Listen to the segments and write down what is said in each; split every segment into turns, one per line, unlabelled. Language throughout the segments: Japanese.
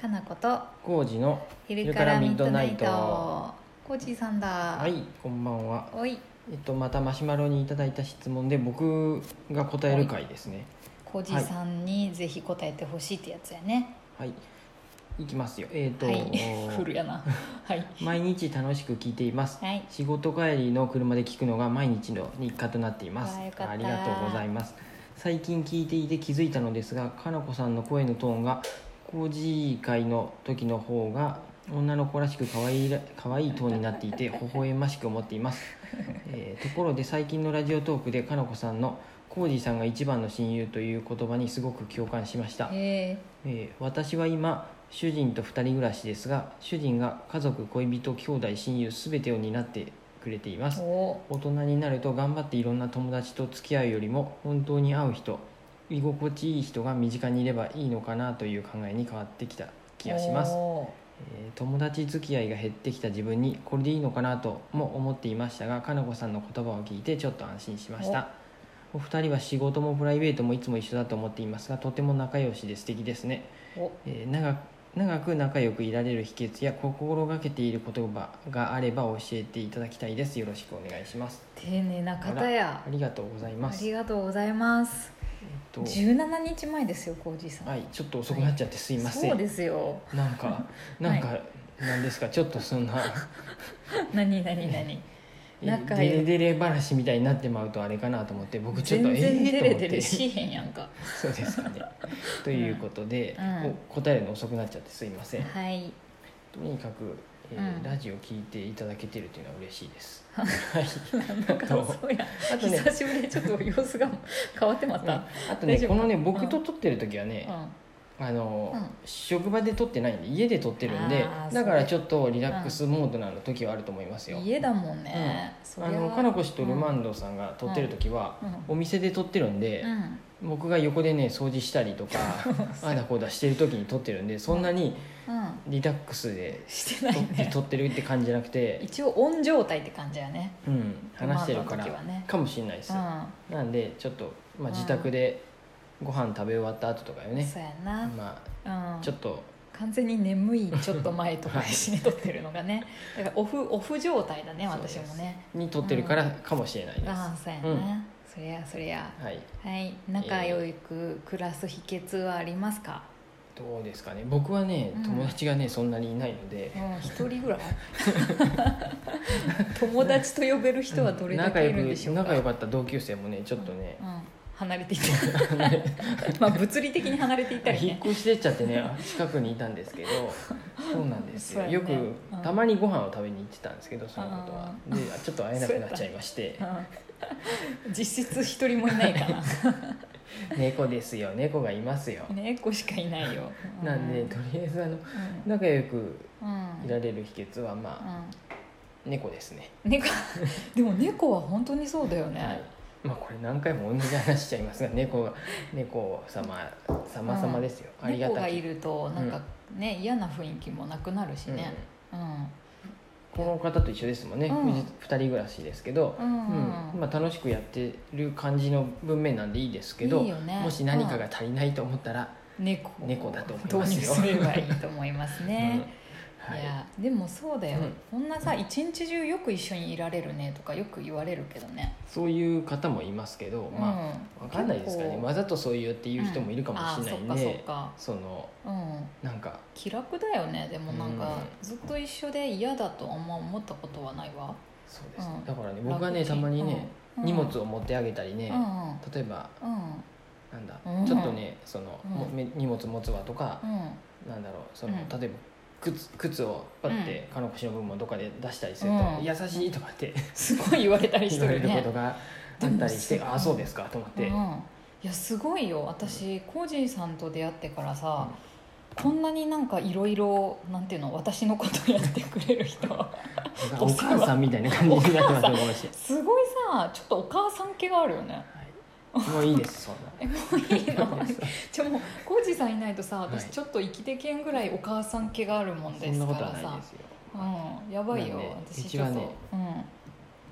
かなこと
工事の
昼からミッドナイト
昼からミッ
コーチーさんだ
は
はい
こんばんは
おい
えっとまたマシュマロにいただいた質問で僕が答える回ですね
コーチーさんにぜひ答えてほしいってやつやね
はいいきますよえっ、と、
はい フルやなはい
毎日楽しく聞いています、
はい
仕事帰りの車で聞くのが毎日の日課となっています
わあよかった
ありがとうございます最近聞いていて気づいたのですがかなこさんの声のトーンが工事会の時の方が女の子らしく可愛いら可愛いトーンになってい て微笑ましく思っています、えーところで最近のラジオトークでかなこさんの「コージさんが一番の親友」という言葉にすごく共感しました
え
えー私は今主人と2人暮らしですが主人が家族恋人兄弟親友全てを担ってくれていま
ー、
す
お
大人になると頑張っていろんな友達と付き合うよりも本当に合う人居心地いい人が身近にいればいいのかなという考えに変わってきた気がします、
お
えー友達付き合いが減ってきた自分にこれでいいのかなとも思っていましたがかなこさんの言葉を聞いてちょっと安心しましたお二人は仕事もプライベートもいつも一緒だと思っていますがとても仲良しで素敵ですね
ーお
えー長く長く仲良くいられる秘訣や心がけている言葉があれば教えていただきたいですよろしくお願いします
丁寧な方や
ありがとうございま
あ
す
りがとうございます
えっと
17日前ですよコージーさん、
はいちょっと遅くなっちゃってすいません、
そうです よ
なんかなんか、なんですかちょっとそんな
何何何
え
仲
デ
良
レ
い
デレ話みたいになってまうとあれかなと思って僕ちょっと
全然
え
デ
ーと思
レ
っ
デ
て
レしへんやんか
そうですかねということで、
うん
お答えるの遅くなっちゃってすいません
はい
とにかく、えー
うん
ラジオ聞いていただけてるというのは嬉しいです、はい
なんか感想や
あとね
久しぶりにちょっと様子が変わってまた、
あとね
大丈夫
このね
うん
僕と撮ってる時は
う
ね、
ん
あの、
うん
職場で撮ってないんで家で撮ってるんで
あー
だから
それ
ちょっとリラックスモードなの時はあると思いますよ、
家だもんね、そりゃ
あのかなこ氏とルマンドさんが撮ってる時は、
うんうん
お店で撮ってるんで、
うん
僕が横でね掃除したり とかあだこうだしてる時に撮ってるんでそんなに
うん
リラックスで
して
撮
な
っ
い
て
ね
撮ってるって感じじゃな くて、
一応オン状態って感じやね
うん、話してるから
ルマンドの時はね
かもしれないです、
う
なんでちょっと、まあ、
うん
自宅でご飯食べ終わった後とかよ
ん、
ね、
そうやな、
まあ
うん、
ちょっと
完全に眠いちょっと前とかにしに撮ってるのがねだからオフオフ状態だね
そうで
私
す
もね
に撮ってるからかもしれないです、
ああそうやな、
うん
そりゃそりゃ
はい
はい仲良く暮らす秘訣はありますか、
どうですかね僕はね
うん
友達がね、そんなにいないので
うん、一人ぐ らい友達と呼べる人はどれだけいるんでしょうか
仲良く仲良かった同級生もねちょっとね
う、ん、離れていった まあ物理的に離れていったり
引っ
ね
越してっちゃってね近くにいたんですけどそうなんです
そ
よ、
うやね
よく、
うん
たまにご飯を食べに行ってたんですけどそのことはでちょっと会えなくなっちゃいまして
うん実質一人もいないかな
猫ですよ猫がいますよ、
猫しかいないよ、う
なんでとりあえずあの
う
仲良く
んうん
いられる秘訣はまあ、猫ですね、
うん 猫でも猫は本当にそうだよね、
はいまあこれ何回も同じ話しちゃいますが猫が猫様様様ですよ、ありが
猫
た
が
き
いるとなんかね、嫌な雰囲気もなくなるしね、うん
うんこの方と一緒ですもんね、
うん
二人暮らしですけど、
うん
うんまあ、楽しくやってる感じの文面なんでいいですけど
いいよね
もし何かが足りないと思ったら、
猫
猫だと思い
導
ます
入
よ
すればいいと思いますね、
うんはい
い、やでもそうだよ、
うん
こんなさ一日中よく一緒にいられるねとかよく言われるけどね、
そういう方もいますけど、まあ
うん
わかんないですからね
結構
わざとそういうっていう人もいるかもしれないん
うんあ
で、
そっか
その
そっかうん
なんか
気楽だよねでもなんか、
うん
ずっと一緒で嫌だとあんま思ったことはないわ、
そうです、ね
うん
だからね僕はね
楽ちん
たまにね、
うん
荷物を持ってあげたり
う
ね、
んうん
例えば
うん
なんだ、
うん
ちょっとねその、
うん
もめ荷物持つわとか、
うん
なんだろうその、
うん
例えば靴靴をパッて、彼の子の分もどっかで出したりすると
う
「
ん
優しい」とかって
すごい言われたりし
言
て
われ
る
るこ
ね
とがあったりして
で
「
も
ああそうですか」と思って、
うん、いやすごいよ私コージーさんと出会ってからさ、こんなになんかいろいろなんていうの私のことやってくれる人
お母さんみたいな感じになってますよこの人
すごいさちょっとお母さん気があるよね
はいもういいですそん
えもういい の
な
じゃあもうコージーさんいないとさ
はい
私ちょっと生きてけんぐらいお母さん気があるもん
そ
で
ん
す
な
か
ことは
ら
ない
さ
ですよ
うんやばいよ
なんで
私
うち
ちょ
は
っと、
ね
うん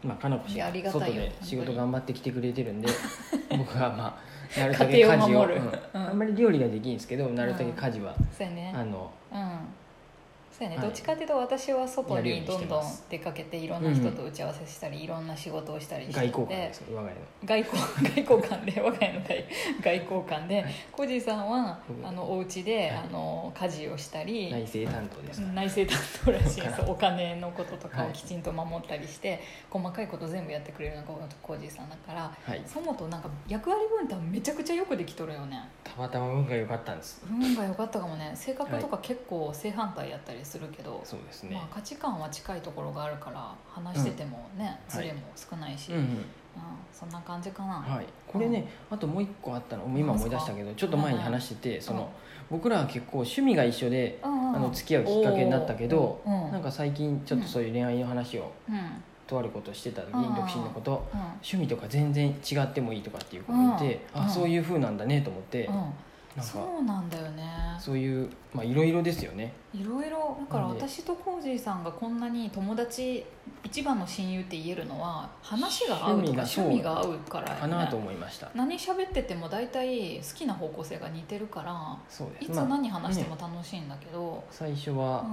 まあ、かなこ氏
いやありが
が
たいよ
外で仕事頑張ってきてくれてる んで僕はまあなるだけ
家
家
庭を
事を
守る
う
うん
んあんまり料理ができんですけどなるだけ家事は、
そうやね
あの
うんそうやね、
はい
どっちかっていうと私は外
やるよう
に
に
ど
して
んどん
ます
出かけていろんな人と打ち合わせしたり、いろんな仕事をしたりしてて
外交官ですよ我が家の
外交 外交官で我が家の外外交官で
はい
コージーさんは
僕
あのお家で、
はい
あの家事をしたり
内政担当ですから、
内政担当らしい
だ
で
か
す
ら
お金のこととかを
はい
きちんと守ったりして、細かいこと全部やってくれるのがコージーさんだから
はい
そもとなんか役割分担めちゃくちゃよくできとるよね
たまたま運が良かったんです
運が良かったかもね性格とか結構正反対やったりするけど、
そうですね、
まあ、価値観は近いところがあるから話しててもね、
うん
ズレも少ないし、
うん
うん
うん
そんな感じかな、
はい、これね、あともう一個あったの今思い出したけどちょっと前に話しててその、僕らは結構趣味が一緒で、
うんうん
あの付き合うきっかけになったけど、
おーうん
なんか最近ちょっとそういう恋愛の話を、
うん
とあることをしてた時
うん
に独身のこと
うん
趣味とか全然違ってもいいとかっていう子がいて、
うん
あ
うん
そういう風なんだねと思って、
うん
なんか
そうなんだよね
そういうまあいろいろですよね
いろいろだから
なんで
私とコージーさんがこんなに友達一番の親友って言えるのは話が合うとか趣
趣
味
味
が
が
合うから、ね、
かなと思いました、
何喋ってても大体好きな方向性が似てるから
そうで
い
す
つ
まあ
何話しても楽しいんだけど、
最初は、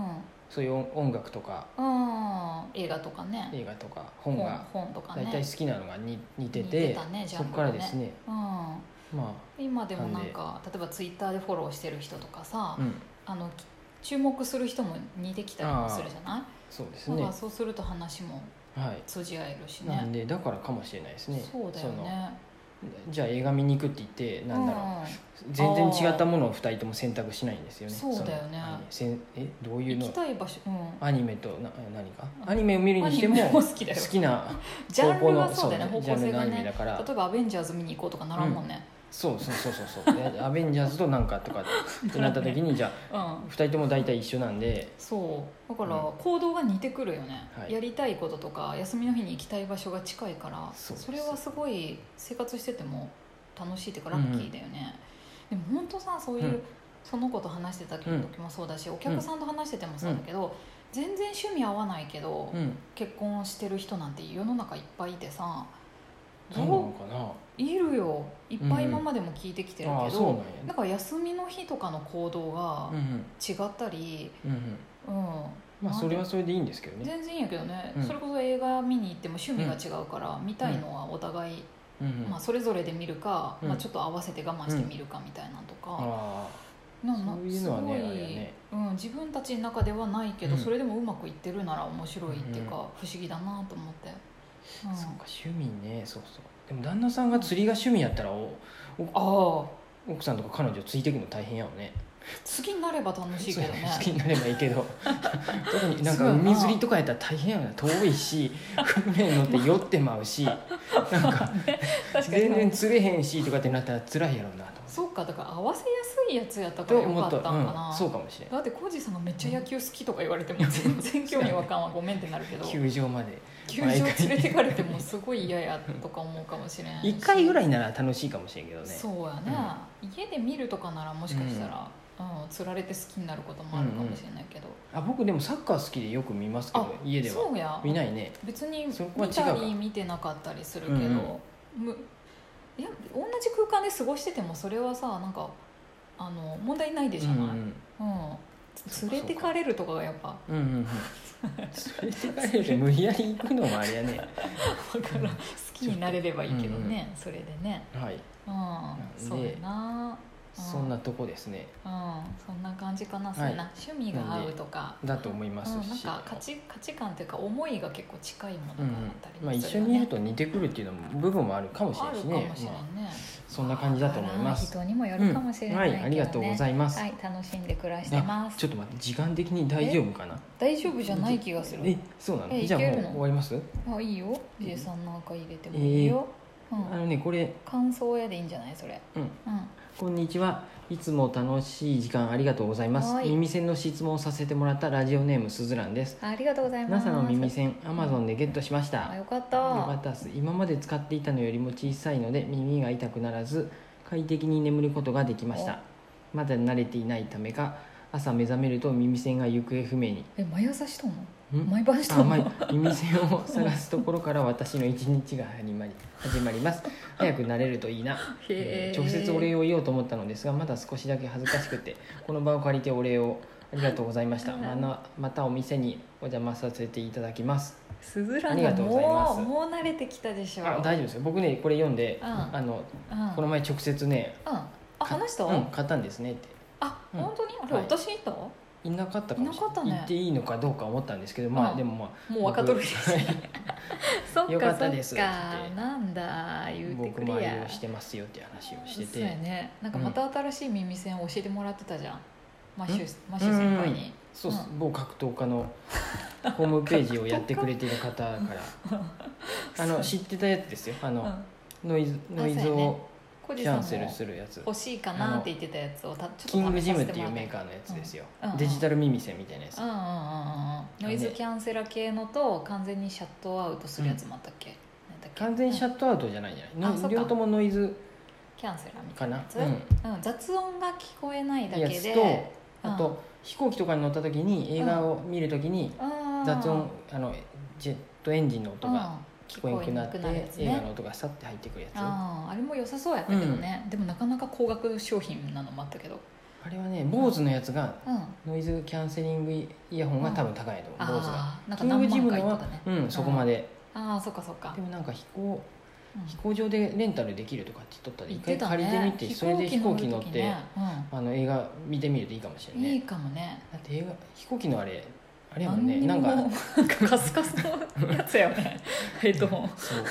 そういう音音楽とか
うん、うん、映画とかね
映画とか本が
本本とか
大
ね
体好きなのがに似て
似
て
てたねジャ
そ
ンル
こ
が
からですね
うん
ま
今でもなんか例えばツイッターでフォローしてる人とかさ、
あ、うん、
あのき注目する人も似てきたりもするじゃない
そうです
だ
ね
から
は
そうすると話も
い
通じ合えるし
なん
ね
でだからかもしれないですね
そうだよね
のじゃあ映画見に行くって言ってなんだろう、全然違ったものを2人とも選択しないんですよね
そうだよね
そのアニメせんえどう
う
い
ん
う
行
の
きたい場所、う
アニメとなえ何かアニメを見る
ん、ア
にして
ニメ
も
も
好
好きだよ
きな
ジャンルが
方向の
そうだよね方
そうジャ
向性
ンルの
が
アニメ
ね
だから
例えば「アベンジャーズ」見に行こうとかならんもんね、
そうそうそうそうそうでアベンジャーズとなんかとかってなった時にじゃ
うん
あ2人とも大体一緒なんで
そうだから
う
行動が似てくるよね、
はい
やりたいこととか休みの日に行きたい場所が近いから
そうです
れはすごい生活してても楽しいっていうかラッキーだよね、でも本当さそういう、
うん
その子と話してた時もそうだし、お客さんと話しててもそうだけど、全然趣味合わないけど、
うん
結婚してる人なんて世の中いっぱいいてさ
そうな
ど
のかな
ういるよいっぱい
うん
今までも聞いてきてる
ああ
け
そうなん
ど、だ
や
から休みの日とかの行動が
うんうん
違ったり、
うんうん
うん、
まあそれはそれでいいんですけどね
全然いいんやけどね、
うん
それこそ映画見に行っても趣味が違うから、見たいのはお互い、
うんうん
まあ、それぞれで見るか、
うん
まあ、ちょっと合わせて我慢して見るかみたいなんとか、
あ
なんか
そういうのはね
すご
あ
い
れやね
うん、自分たちの中ではないけど、
うん
それでもうまくいってるなら面白いっていうか、不思議だなと思って、うん
あそうか趣味ねそうそうでも旦那さんが釣りが趣味やったらお
ああ
奥さんとか彼女ついていくの大変やろね
次になれば楽しいけどね
好きになればいい けど特になん
そうや
か
な
海釣りとかやったら大変やな遠いし船に乗って酔ってまうしなんか
確かに
全然釣れへんしとかってなったら辛いやろうなと
そうかだから合わせやすいやつやったか
と
らよ
思
か
っ
ったたんかな、
うん、そうかもしれん
だってコージーさんがめっちゃ野球好きとか言われ ても全然興味わかんわごめんってなるけど
球場まで
球場連れてかれてもすごい嫌やとか思うかもしれんし
1回ぐら
い
いなら楽しいかもしれんけどね
そうやね、家で見るとかならもしかしたら、うんつられて好きになることもあるかもしれないけど、
あ僕でもサッカー好きでよく見ますけど
あ
家では
そうや
見ないね
別に
そこは
見
違う
た
か
り見てなかったりするけど、
うん
むいや同じ空間で過ごしててもそれはさなんかあの問題ないでじゃない、うん
そうか
連れてかれるとかがやっぱ
うんうんうんうん連れてかれる無理やり行くのもあれ やね
だから好きになれればいいけどね、それでね
はい
うん
で
そうやなうん
そんなとこですね
うん、そんな感じかな、そうやな趣味が合うとか、
だと思いま
うん、
す
なん
し、
か価値価値観というか思いが結構近いも
う
の
んう
があ
ん
ったり
ま
も
あ、一
す
緒
るよ
にいる
ね
と似てくるっていうのも部分もあるかもしれ
あ
ない
る
し
かもしれん
ね
ね、
まあ、そんな感じだと思います
人にもよるかもしれないけど、ね
うんはいありがとうございます
はい楽しんで暮らしてま
あ
す
ちょっと待って時間的に大丈夫かな
大丈夫じゃない気がす
え
る
そうなの
え
じゃあ
い
も
ける
う
の
終わります、
あいいよ J さんなんか入れてもいいよ、
あ
うん、
のねこれ
感想やでいいんじゃないそれ
うん
うん
こんにちは。いつも楽しい時間ありがとうございま
は
す。
い
耳栓の質問をさせてもらったラジオネームすずらんです。
あありがとうございます
NASA の耳栓 Amazon でゲットしました。
あよかった
よかったです今まで使っていたのよりも小さいので耳が痛くならず快適に眠ることができましたまだ慣れていないためか朝目覚めると耳栓が行方不明に
え毎朝したの
ん
毎晩した
あ
の、
まあ耳栓を探すところから私の一日が始まり始まります早くなれるといいな
へ
え
え
ー直接お礼を言おうと思ったのですがまだ少しだけ恥ずかし くてこの場を借りてお礼をありがとうございましたまなまたお店にお邪魔させていただきます
すずら
あ
ん
りがとうございます
もうもう慣れてきたでしょ
あ大丈夫ですよ僕ねこれ読んで
うん
あの
うん
この前直接ね
うんあ話した、
うん買ったんですねって
あ
うん
本当にあれ、
はい
私いたも
いなかったかもしれ
いなかった
ない
ね
言っていいのかどうか思ったんですけどま
う
あ
ん
でもまあ
う分かっとるし そっか
よかったです
そっか
って
なんだ言うて
僕
く
もあ
れ
れ
や
をしてますよって話をして
そうや
て
ねなんかまた新しい耳栓を教えてもらってたじゃんマッシュマッシ
う
ュ
ん
先輩に
そうっす
う
某格闘家のホームページをやってくれてる方 からあの知ってたやつですよあ
うん
のノイズノイ
あ
ズ
そうやね
を
小
キ
路さん
ャ
も
ンセルするやつ
欲しいかなって言ってたやつをたち
キ
ょっ
ン
と
グ
試
ジ
さ
ム
せ
ってて
も
い
ら
う
っ
メー
た
カーのやつですよ、
うんうん
デジタル耳栓みたいなやつ、
うんうんうんうんノイズキャンセラ系のと完全にシャットアウトするやつもあったっけ,、なんだっけ
完全シャットアウトじゃないじゃない、
あそっか
両ともノイズ
キャンセラみた
か
いな
な
やつ、
う
うん、雑音が聞こえないだ
ん、や
け
つ
で
と
うん
あと、飛行機とかに乗った時に映画を見る時に
うん
雑音、あのジェットエンジンの音
う
が
ん
聞こえなくなって、
聞こえなくなるやつね
映画の音がさって入ってくるやつあ
あーあれも良さそうやったけどね、でもなかなか高額商品なのもあったけど
れはね坊主のやつが
うん
ノイズキャンセリングイヤホンが多分高いと思う、坊主が
ああーなん
キ
か
ング
何
ジ
万
ム
かい
の
と
は
かね、
うん、そこまで、
ああそっかそっか、
でもなんか飛行
うん
飛行場でレンタルできるとかって言っとったら
言
一
って
回
たね
借りてみて、それで飛行機乗って、
飛行機乗る時ね
あの映画見てみるといいかもし
う
れ
ん
ない
い
ね
いかもね
だって映画飛行機のあれあれやもん
何
ね
に
な んか
なんかカスカスのやつやよ ねヘッドホン
そう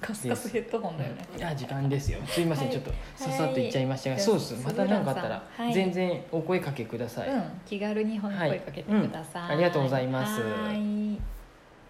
カスカスヘッドホンだよね
あ時間ですよすいません、
はい
ちょっとささっといっちゃいましたが、
はい
そうですまた何かあった
鈴
ら
蘭さんはい
全然お声かけください、
うん気軽に本に声かけてください、
うんありがとうございます
はーい